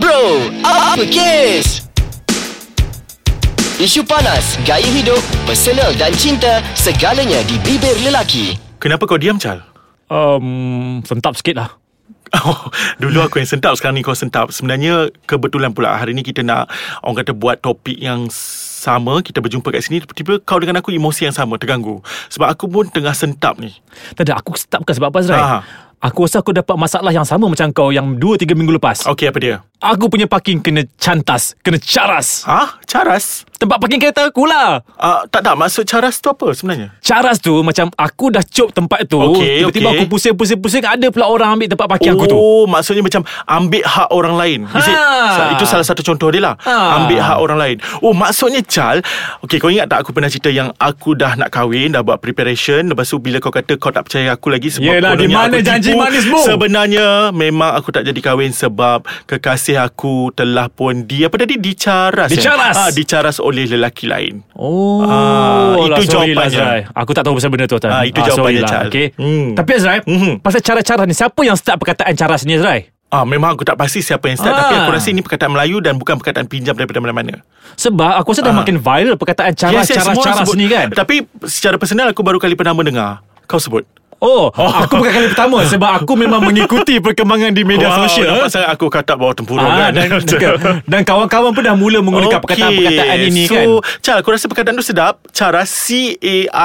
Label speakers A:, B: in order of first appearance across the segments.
A: Bro, apa kes? Isu panas, gaya hidup, personal dan cinta, segalanya di bibir lelaki.
B: Kenapa kau diam, Chal?
C: Um, sentap sikit lah.
B: Oh, dulu aku yang sentap Sekarang ni kau sentap Sebenarnya kebetulan pula Hari ni kita nak Orang kata buat topik yang sama Kita berjumpa kat sini Tiba-tiba kau dengan aku Emosi yang sama Terganggu Sebab aku pun tengah sentap ni
C: Tak ada, aku sentap bukan sebab apa Azrai.
B: Aha.
C: Aku rasa aku dapat masalah yang sama macam kau yang 2-3 minggu lepas.
B: Okey apa dia?
C: Aku punya parking kena cantas, kena caras.
B: Ha? Caras?
C: Tempat parking kereta aku lah.
B: Uh, tak tak Maksud caras tu apa sebenarnya?
C: Caras tu macam aku dah cop tempat tu.
B: Okey,
C: tiba-tiba
B: okey.
C: aku pusing-pusing-pusing ada pula orang ambil tempat parking aku tu.
B: Oh maksudnya macam Ambil hak orang lain Is it?
C: Ha.
B: Itu salah satu contoh dia lah
C: Ha.
B: Ambil hak orang lain Oh maksudnya Chal Okay kau ingat tak aku pernah cerita Yang aku dah nak kahwin Dah buat preparation Lepas tu bila kau kata Kau tak percaya aku lagi Sebab
C: Yelah,
B: kononnya
C: di mana
B: aku
C: janji
B: tipu.
C: manismu?
B: Sebenarnya Memang aku tak jadi kahwin Sebab Kekasih aku Telah pun di Apa tadi Dicaras eh?
C: Dicaras.
B: ha, Dicaras oleh lelaki lain
C: Oh,
B: Ah, itu
C: lah, sorry
B: jawapannya.
C: Lah, Azrai. aku tak tahu pasal benda tu Tan.
B: Ah, itu jawapannya,
C: sorry lah,
B: Chal.
C: okay.
B: Hmm.
C: Tapi Azrai,
B: Mhm.
C: pasal cara-cara ni siapa yang start perkataan caras ni Azrai?
B: Ah, memang aku tak pasti siapa yang start
C: Ah.
B: Tapi aku rasa ini perkataan Melayu Dan bukan perkataan pinjam daripada mana-mana
C: Sebab aku rasa dah
B: Ah.
C: makin viral perkataan caras-caras
B: yes, semua
C: caras
B: sebut.
C: ni kan.
B: Tapi secara personal aku baru kali pernah mendengar kau sebut.
C: Oh, aku bukan kali pertama sebab aku memang mengikuti perkembangan di media
B: Wow,
C: sosial.
B: Nampak sangat lah, aku kata bawah tempurung
C: Ah,
B: kan.
C: dan, dan, dan kawan-kawan pun dah mula menggunakan
B: Okey,
C: perkataan-perkataan ini
B: so,
C: kan.
B: Cara aku rasa perkataan tu sedap Cara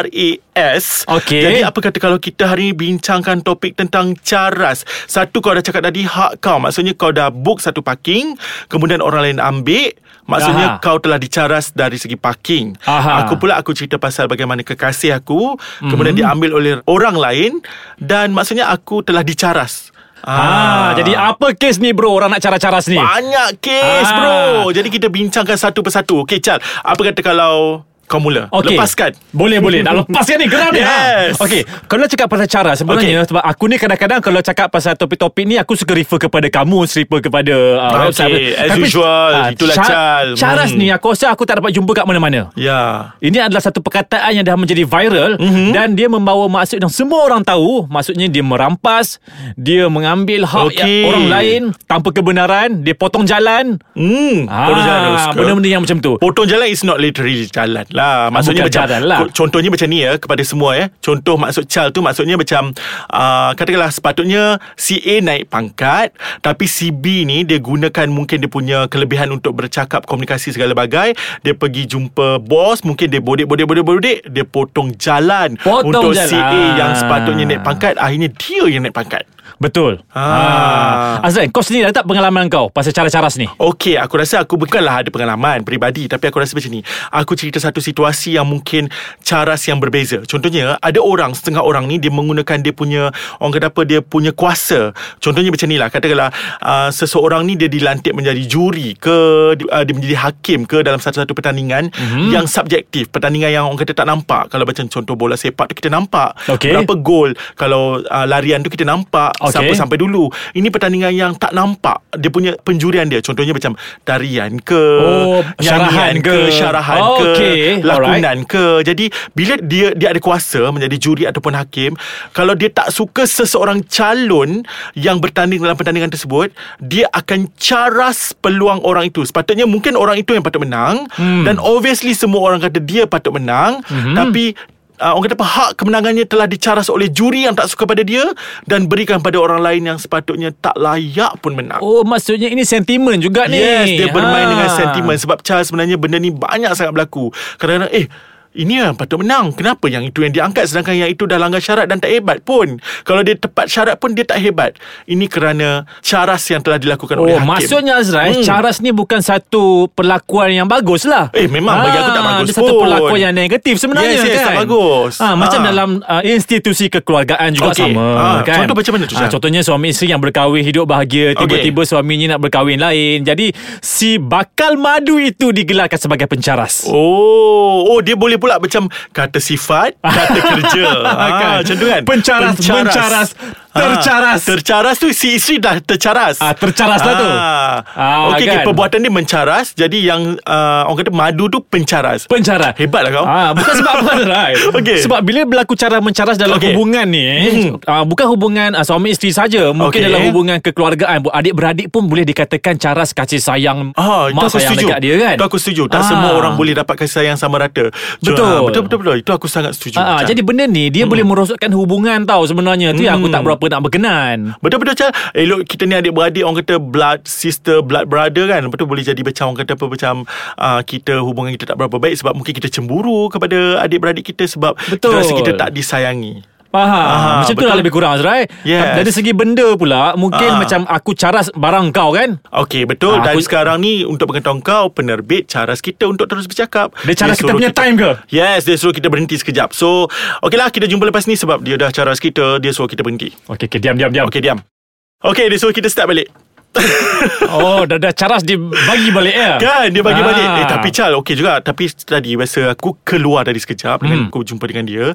B: C-A-R-A-S
C: Okey.
B: Jadi apa kata kalau kita hari ini Bincangkan topik tentang caras Satu kau dah cakap tadi Hak kau Maksudnya kau dah book satu parking Kemudian orang lain ambil Maksudnya
C: Aha.
B: kau telah dicaras dari segi parking
C: Aha. Mhm.
B: Aku pula aku cerita pasal bagaimana kekasih aku mm-hmm. Kemudian diambil oleh orang lain Dan maksudnya aku telah dicaras
C: Ah, jadi apa kes ni bro orang nak cara-caras ni?
B: banyak kes
C: Eh. Ah.
B: bro Jadi kita bincangkan satu persatu Okay Chal Apa kata kalau Kau mula
C: Okey.
B: Lepaskan
C: Boleh boleh Nak lepaskan ni Geram ni
B: Yes.
C: ha. Okay Kalau cakap pasal cara Sebenarnya okay. Sebab aku ni kadang-kadang Kalau cakap pasal topik-topik ni Aku suka refer kepada kamu Refer kepada uh,
B: Okay,
C: website ah,
B: as usual. Itulah Chal.
C: Caras
B: Hmm.
C: ni Aku rasa aku tak dapat jumpa kat mana-mana
B: Ya
C: ini adalah satu perkataan yang dah menjadi viral
B: Mhm.
C: mm-hmm. dan dia membawa maksud yang semua orang tahu. Maksudnya dia merampas, dia mengambil
B: Okey.
C: hak yang orang lain tanpa kebenaran, dia potong jalan.
B: Hmm,
C: Ah,
B: potong jalan harus ke?
C: benda-benda yang macam tu.
B: Potong jalan is not literally jalan lah. Maksudnya
C: Ah, bukan
B: macam
C: jalan lah.
B: co- contohnya macam ni ya kepada semua ya. Contoh maksud Chal tu maksudnya macam uh, katakanlah sepatutnya si A naik pangkat tapi si B ni dia gunakan mungkin dia punya kelebihan untuk bercakap komunikasi segala bagai, dia pergi jumpa bos, mungkin dia bodek-bodek-bodek-bodek, dia potong jalan
C: Potong
B: untuk si
C: jalan.
B: A yang sepatutnya naik pangkat, akhirnya dia yang naik pangkat.
C: Betul.
B: Ah.
C: Ah. Azrael, kau sendiri ada tak pengalaman kau pasal cara-caras ni?
B: Okey, aku rasa aku bukanlah ada pengalaman peribadi tapi aku rasa macam ni. Aku cerita satu situasi yang mungkin caras yang berbeza. Contohnya, ada orang, setengah orang ni dia menggunakan dia punya orang kata apa dia punya kuasa. Contohnya macam ni lah, katakanlah uh, seseorang ni dia dilantik menjadi juri ke di- uh, dia menjadi hakim ke dalam satu-satu pertandingan mm-hmm. yang subjektif, pertandingan yang orang kata tak nampak. Kalau macam contoh bola sepak tu kita nampak
C: Okey.
B: berapa gol. Kalau uh, larian tu kita nampak
C: Okey.
B: siapa sampai dulu. Ini pertandingan yang tak nampak. Dia punya penjurian dia. Contohnya macam tarian ke,
C: Oh,
B: nyanyian
C: syarahan ke.
B: syarahan
C: Oh,
B: ke,
C: okey.
B: lakonan ke. Jadi bila dia dia ada kuasa menjadi juri ataupun hakim, kalau dia tak suka seseorang calon yang bertanding dalam pertandingan tersebut, dia akan caras peluang orang itu. Sepatutnya mungkin orang itu yang patut menang hmm. dan obviously semua orang kata dia patut menang, hmm. tapi Uh, orang kata apa hak kemenangannya telah dicaras oleh juri yang tak suka pada dia dan berikan pada orang lain yang sepatutnya tak layak pun menang.
C: Oh, maksudnya ini sentimen juga ni.
B: Yes, dia bermain
C: Ah.
B: dengan sentimen sebab Charles sebenarnya benda ni banyak sangat berlaku. Kadang-kadang eh ini yang patut menang. Kenapa yang itu yang diangkat sedangkan yang itu dah langgar syarat dan tak hebat pun. Kalau dia tepat syarat pun dia tak hebat. Ini kerana caras yang telah dilakukan
C: Oh,
B: oleh hakim.
C: maksudnya Azrai,
B: Hmm.
C: hmm. caras ni bukan satu perlakuan yang bagus lah.
B: Eh, memang bagi aku tak bagus
C: Dia satu
B: pun.
C: perlakuan yang negatif sebenarnya
B: Yes, yes,
C: kan.
B: tak bagus.
C: Ha, macam
B: Ha.
C: dalam uh, institusi kekeluargaan juga
B: Okey.
C: sama
B: Ha,
C: kan.
B: contoh macam mana tu,
C: Ah,
B: Syah?
C: contohnya suami isteri yang berkahwin hidup bahagia, tiba-tiba suaminya nak berkahwin lain. Jadi si bakal madu itu digelarkan sebagai pencaras.
B: Oh, oh dia boleh pula macam kata sifat, kata kerja. ha,
C: Kan?
B: Macam tu kan?
C: Pencaras, mencaras, tercaras.
B: Ha, tercaras tu si isteri dah tercaras.
C: Ah, tercaras lah tu. Ah,
B: Okey,
C: kan?
B: okay, perbuatan dia mencaras. Jadi yang uh, orang kata madu tu pencaras.
C: Pencaras
B: Hebatlah kau.
C: Ah, bukan sebab apa Rai
B: Okey.
C: Sebab bila berlaku cara mencaras dalam okay.
B: Okey.
C: hubungan ni
B: Hmm.
C: mm. ah, Bukan hubungan ah, suami isteri saja Mungkin okay.
B: Okey.
C: dalam hubungan kekeluargaan Adik-beradik pun boleh dikatakan caras kasih sayang
B: Ah, itu
C: Mak
B: aku
C: sayang
B: setuju.
C: dekat dia kan
B: Itu aku setuju. Tak
C: Ah.
B: semua orang boleh dapat kasih sayang sama rata. Cuma-
C: Betul.
B: Betul, betul, betul. Itu aku sangat setuju.
C: Ah, ah,
B: Chan.
C: jadi benda ni
B: Hmm.
C: dia boleh merosakkan hubungan tau sebenarnya tu yang aku tak berapa nak berkenan.
B: Betul-betul Chal Elok kita ni adik-beradik Orang kata blood sister Blood brother kan Lepas tu boleh jadi macam Orang kata apa macam uh, Kita hubungan kita tak berapa baik Sebab mungkin kita cemburu Kepada adik-beradik kita Sebab
C: Betul.
B: kita rasa kita tak disayangi
C: Faham
B: Ah,
C: Macam tu lah
B: betul.
C: lebih kurang Azrai
B: Yes.
C: Dari segi benda pula Mungkin
B: Ah.
C: macam aku caras barang kau kan
B: Okey betul
C: Ah,
B: Dan
C: aku-
B: sekarang ni Untuk pengetahuan kau Penerbit Caras kita untuk terus bercakap
C: Dia caras kita
B: suruh
C: punya time ke?
B: Yes Dia suruh kita berhenti sekejap So Okeylah kita jumpa lepas ni Sebab dia dah caras kita Dia suruh kita berhenti
C: Okey okay, diam diam diam
B: Okey diam Okey dia suruh kita start balik
C: Oh dah, dah caras dia bagi balik ya
B: Kan dia bagi
C: Ah.
B: balik Eh tapi Chal Okey juga Tapi tadi Masa aku keluar dari sekejap Dengan
C: Hmm.
B: aku jumpa dengan dia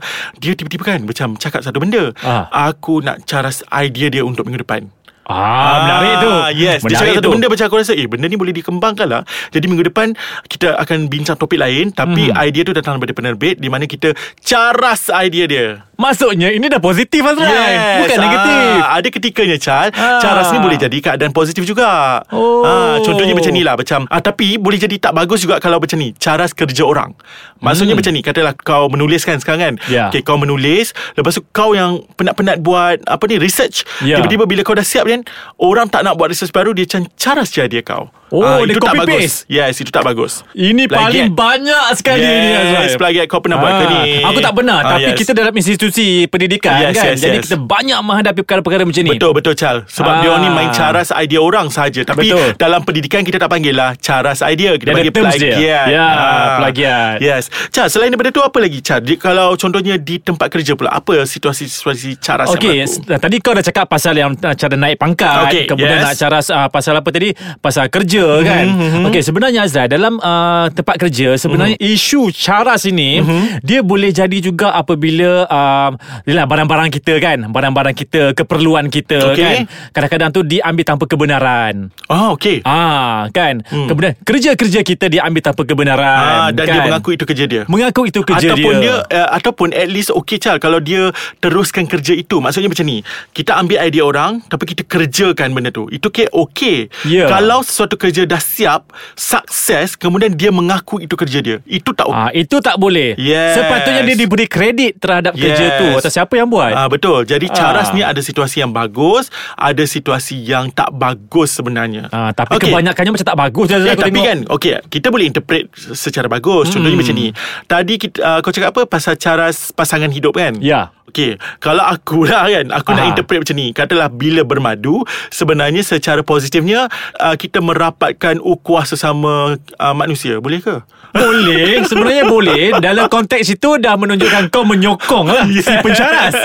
B: Dia tiba-tiba kan Macam cakap satu benda
C: Ah.
B: Aku nak caras idea dia Untuk minggu depan
C: Ah, menarik tu
B: Yes Dia cakap
C: Menarik
B: satu benda Macam aku rasa Eh benda ni boleh dikembangkan lah Jadi minggu depan Kita akan bincang topik lain Tapi
C: Hmm.
B: idea tu datang daripada penerbit Di mana kita Caras idea dia
C: Maksudnya ini dah positif Azrai kan? Bukan negatif
B: Ah, ada ketikanya Chal.
C: Ah.
B: Ah. Caras ni boleh jadi keadaan positif juga.
C: Oh.
B: Ah, contohnya macam ni lah macam ah, tapi boleh jadi tak bagus juga kalau macam ni. Caras kerja orang. Maksudnya hmm. macam ni katalah kau menulis kan sekarang kan.
C: Ya.
B: Okay, kau menulis, lepas tu kau yang penat-penat buat apa ni research.
C: Ya.
B: Tiba-tiba bila kau dah siap kan, orang tak nak buat research baru dia macam caras je dia kau. Ah,
C: Oh, dia
B: itu tak
C: copy
B: bagus. Yes, itu tak bagus.
C: Ini
B: Plagiat.
C: paling banyak sekali ni Azrai
B: eh. Yes, plagiat kau pernah buat ke
C: Ah,
B: ni?
C: Aku tak pernah
B: Ah,
C: Tapi
B: yes.
C: kita dalam institusi pendidikan
B: Yes,
C: kan
B: yes,
C: Jadi
B: yes.
C: kita banyak menghadapi perkara-perkara macam ni
B: Betul betul Chal Sebab
C: Ah.
B: dia orang ni main caras idea orang sahaja Tapi
C: Betul.
B: betul. dalam pendidikan kita tak panggil lah Caras idea Kita
C: Dia ada
B: panggil
C: terms dia.
B: plagiat
C: Ya,
B: Ah.
C: plagiat.
B: Yes Chal selain daripada tu apa lagi Chal Di, Kalau contohnya di tempat kerja pula Apa situasi-situasi caras
C: Okey,
B: yang
C: s-
B: berlaku
C: tadi kau dah cakap pasal yang uh, cara naik pangkat,
B: Okey, yes.
C: kemudian
B: Mhm,
C: nak cara uh, pasal apa tadi? Pasal kerja kan. Okey, sebenarnya Azra dalam uh, tempat kerja sebenarnya
B: Mhm.
C: isu cara sini dia boleh jadi juga apabila uh, yalah, barang-barang kita kan, barang-barang kita, keperluan kita
B: Okey.
C: kan. Kadang-kadang tu diambil tanpa kebenaran.
B: Oh okey
C: Ah, kan. Kemudian kerja-kerja kita diambil tanpa
B: Hmm. ah,
C: kebenaran
B: Dan
C: kan.
B: dia mengaku itu kerja dia
C: mengaku itu kerja
B: ataupun dia, uh, ataupun at least okay Chal kalau dia teruskan kerja itu maksudnya macam ni kita ambil idea orang tapi kita kerjakan benda tu itu okay, okay.
C: Ya.
B: kalau sesuatu kerja dah siap sukses kemudian dia mengaku itu kerja dia itu tak okay.
C: Ah itu tak boleh.
B: Yes.
C: Sepatutnya dia diberi kredit terhadap yes. kerja tu atau siapa yang buat.
B: Ah betul. Jadi
C: Ah.
B: caras ni ada situasi yang bagus, ada situasi yang tak bagus sebenarnya.
C: Ah, tapi okay.
B: Okey.
C: kebanyakannya macam tak bagus
B: Eh,
C: Azra, aku
B: tapi
C: tengok.
B: kan okay, Kita boleh interpret Secara
C: Hmm.
B: bagus Contohnya macam ni Tadi kita, uh, kau cakap apa Pasal cara pasangan hidup kan
C: Ya.
B: Okay Kalau aku lah kan Aku
C: Aha.
B: nak interpret macam ni Katalah bila bermadu Sebenarnya secara positifnya uh, Kita merapatkan Ukuah sesama uh, manusia Boleh ke?
C: boleh sebenarnya boleh dalam konteks itu dah menunjukkan kau menyokong lah si pencaras.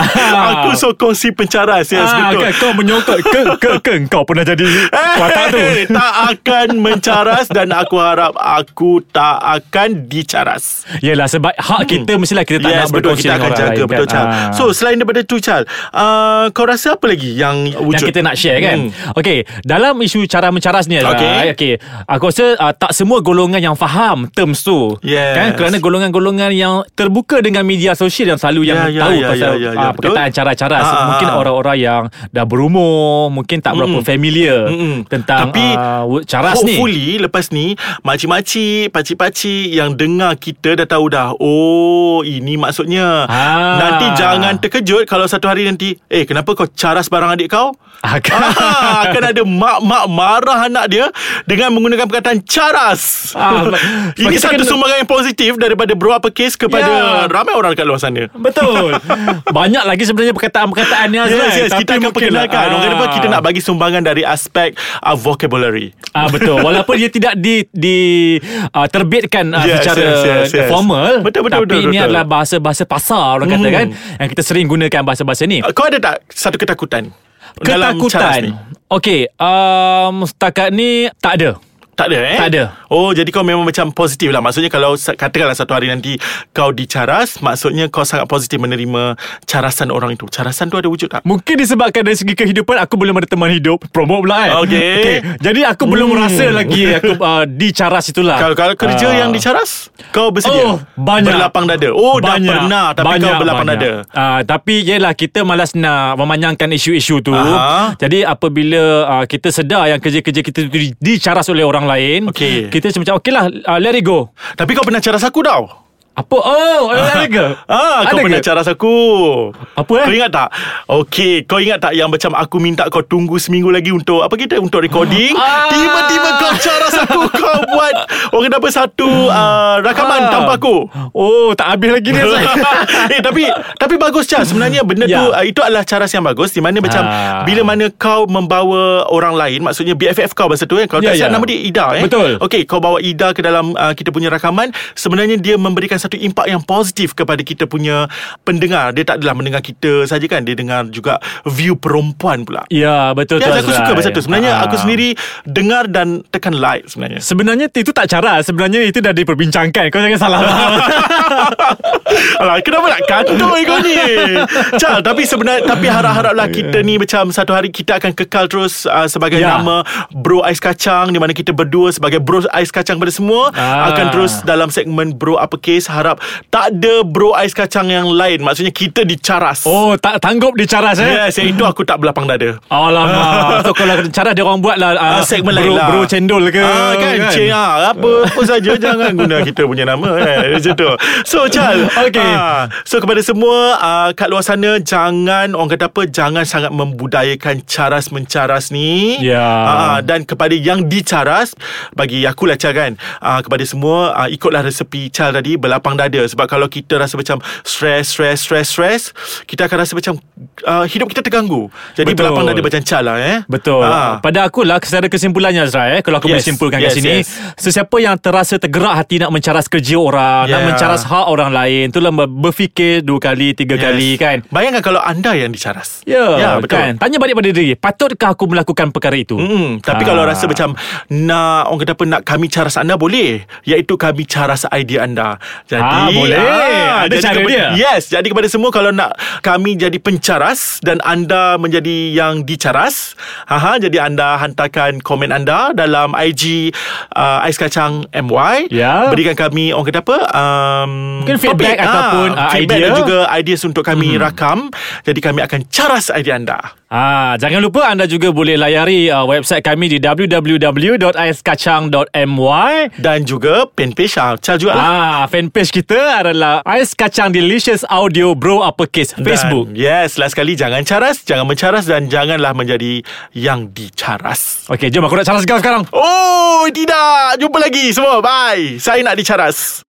B: aku sokong si pencaras Yes
C: ah,
B: betul
C: Kan, kau menyokong ke, ke, ke, kau pernah jadi watak tu.
B: Eh, tak akan mencaras dan aku harap aku tak akan dicaras.
C: Yelah sebab hak kita mestilah kita tak nak
B: Hmm. betul
C: berkongsi
B: kita akan
C: dengan orang
B: jaga
C: lain,
B: betul
C: kan?
B: Chal.
C: Ah.
B: So selain daripada tu Chal, uh, kau rasa apa lagi yang wujud?
C: Yang kita nak share kan
B: Hmm.
C: hmm. Okay Dalam isu cara mencaras ni
B: Okey.
C: okay. okay. Aku rasa uh, Tak semua golongan yang faham Terms tu
B: Yes.
C: kan? Kerana golongan-golongan yang Terbuka dengan media sosial Yang selalu
B: Ya,
C: yang
B: ya,
C: tahu
B: ya,
C: Pasal
B: ya, ya,
C: ah,
B: betul.
C: perkataan cara-cara
B: Ah, ah,
C: Mungkin
B: ah.
C: orang-orang yang Dah berumur Mungkin tak berapa familiar
B: Mm-mm. Hmm.
C: Tentang
B: Tapi,
C: ah, wo- Caras ni
B: Hopefully lepas ni Makcik-makcik Pakcik-pakcik Yang dengar kita Dah tahu dah Oh ini maksudnya
C: Ah.
B: Nanti jangan terkejut Kalau satu hari nanti Eh kenapa kau caras barang adik kau
C: Akan-
B: ah, Akan ada mak-mak marah anak dia Dengan menggunakan perkataan caras
C: Ah, sebab- sebab
B: Ini
C: kita
B: satu
C: kena-
B: sumbangan yang positif Daripada beberapa kes Kepada
C: Ya.
B: ramai orang kat luar sana
C: Betul Banyak lagi sebenarnya Perkataan-perkataan ni Azrai
B: Yes, yes, kita
C: lah.
B: akan
C: ah,
B: perkenalkan Orang kata apa, kita nak bagi sumbangan dari aspek uh, vocabulary
C: Ah betul. Walaupun dia tidak di di uh, terbitkan uh,
B: Yes,
C: yes, secara
B: yes, yes, yes.
C: formal,
B: Betul, betul,
C: tapi
B: betul,
C: ini
B: betul. Hmm.
C: adalah bahasa-bahasa pasar orang kata kan yang kita sering gunakan bahasa-bahasa ni.
B: Uh, Kau ada tak satu ketakutan? Dalam caras ni?
C: Ketakutan. Okey, um, setakat ni tak ada.
B: Tak ada eh?
C: Tak ada.
B: Oh, jadi kau memang macam positif lah. Maksudnya kalau sa- katakanlah satu hari nanti kau dicaras, maksudnya kau sangat positif menerima carasan orang itu. Carasan tu ada wujud tak?
C: Mungkin disebabkan dari segi kehidupan Aku belum ada teman hidup Promote pula kan
B: Okey.
C: Jadi aku belum rasa lagi Aku uh, dicaras itulah
B: Kalau kalau kerja
C: Ah.
B: yang dicaras, kau bersedia?
C: Oh, banyak.
B: Berlapang dada. Oh,
C: banyak,
B: dah pernah tapi kau berlapang dada.
C: Uh, tapi yelah kita malas nak memanyangkan isu-isu tu.
B: Aha.
C: Jadi apabila uh, kita sedar yang kerja-kerja kita tu di- dicaras oleh orang lain,
B: Okey.
C: kita macam okeylah uh, let it go.
B: Tapi kau pernah caras aku tau.
C: Apa? Oh, ada ke?
B: Ah, kau
C: Ada
B: pernah
C: ke?
B: caras aku.
C: Apa, eh?
B: Kau ingat tak? Okey, kau ingat tak yang macam aku minta kau tunggu seminggu lagi untuk apa kita untuk recording?
C: Ah.
B: Tiba-tiba kau caras aku kau buat orang dapat satu uh, rakaman
C: Ah.
B: tanpa aku.
C: Oh, tak habis lagi ni Azai.
B: eh tapi tapi bagus Char sebenarnya benda tu
C: Ya.
B: uh, itu adalah cara yang bagus di mana macam
C: Ah.
B: bila mana kau membawa orang lain maksudnya BFF kau masa tu kan kalau
C: Ya,
B: tak salah
C: ya.
B: nama dia Ida eh
C: Betul.
B: okey kau bawa Ida ke dalam uh, kita punya rakaman sebenarnya dia memberikan satu impak yang positif kepada kita punya pendengar dia tak adalah mendengar kita saja kan dia dengar juga view perempuan pula
C: Ya, betul tu.
B: Ya, aku
C: Azrai.
B: suka pasal tu. Sebenarnya
C: Ah.
B: aku sendiri dengar dan tekan like sebenarnya.
C: Sebenarnya itu tak cara Sebenarnya itu dah diperbincangkan Kau jangan salah faham
B: Alah, kenapa nak kantoi kau ni? Chal, tapi sebenarnya tapi harap-haraplah kita ni macam satu hari kita akan kekal terus uh, sebagai
C: Ya.
B: nama Bro Ais Kacang di mana kita berdua sebagai Bro Ais Kacang pada semua
C: Ah.
B: akan terus dalam segmen Bro Apa Kes harap tak ada Bro Ais Kacang yang lain. Maksudnya kita dicaras.
C: Oh tak tanggup dicaras eh
B: Yes, yang itu aku tak belapang dada.
C: Alamak So kalau cara dia orang buat lah uh,
B: Ah, segmen
C: bro,
B: lain lah
C: Bro cendol ke
B: ah, Kan, kan? Cik ah, Apa apa saja Jangan guna kita punya nama eh. Macam tu So Chal
C: Okay.
B: ah, So kepada semua ah, Kat luar sana Jangan Orang kata apa Jangan sangat membudayakan Caras mencaras ni
C: Ya.
B: ah, Dan kepada yang dicaras Bagi akulah Chal kan ah, Kepada semua ah, Ikutlah resepi Chal tadi Berlapang dada Sebab kalau kita rasa macam Stress Stress Stress Stress Kita akan rasa macam ah, Hidup kita terganggu Jadi
C: Betul.
B: berlapang dada macam Chal lah eh
C: Betul
B: Ah.
C: Pada akulah Secara kesimpulannya Azrai eh, Kalau aku
B: Yes.
C: boleh simpulkan
B: Yes,
C: kat sini
B: yes.
C: Sesiapa yang terasa tergerak hati Nak mencaras kerja orang Nak
B: Yeah.
C: mencaras hak orang lain Itulah ber- berfikir Dua kali, tiga yes. kali kan
B: Bayangkan kalau anda yang dicaras.
C: Ya,
B: ya
C: yeah,
B: betul.
C: kan? Tanya balik pada diri Patutkah aku melakukan perkara itu Ah.
B: Hmm, tapi kalau rasa macam nak orang kata apa nak kami caras anda boleh iaitu kami caras idea anda. Jadi
C: Ah, boleh. Ada
B: jadi
C: cara dia.
B: Yes, jadi kepada semua kalau nak kami jadi pencaras dan anda menjadi yang dicaras, haha jadi anda hantarkan komen anda dalam IG uh, Ais Kacang MY.
C: Ya.
B: Berikan kami orang kata apa um,
C: Mungkin feedback
B: topik,
C: ataupun,
B: ah,
C: ah,
B: feedback dan
C: idea. Hmm.
B: juga ideas untuk kami rakam. Jadi kami akan caras idea anda.
C: Ah, jangan lupa anda juga boleh layari uh, website kami di www.aiskacang.my.
B: dan juga fanpage ah, Cal juga lah.
C: Ah, fanpage kita adalah Ais Kacang Delicious Audio Bro Uppercase Facebook.
B: Dan, yes, last kali jangan caras, jangan mencaras dan janganlah menjadi yang dicaras.
C: Okey, jom aku nak cara sekarang.
B: Oh, tidak. Jumpa lagi semua. Bye. Saya nak dicaras.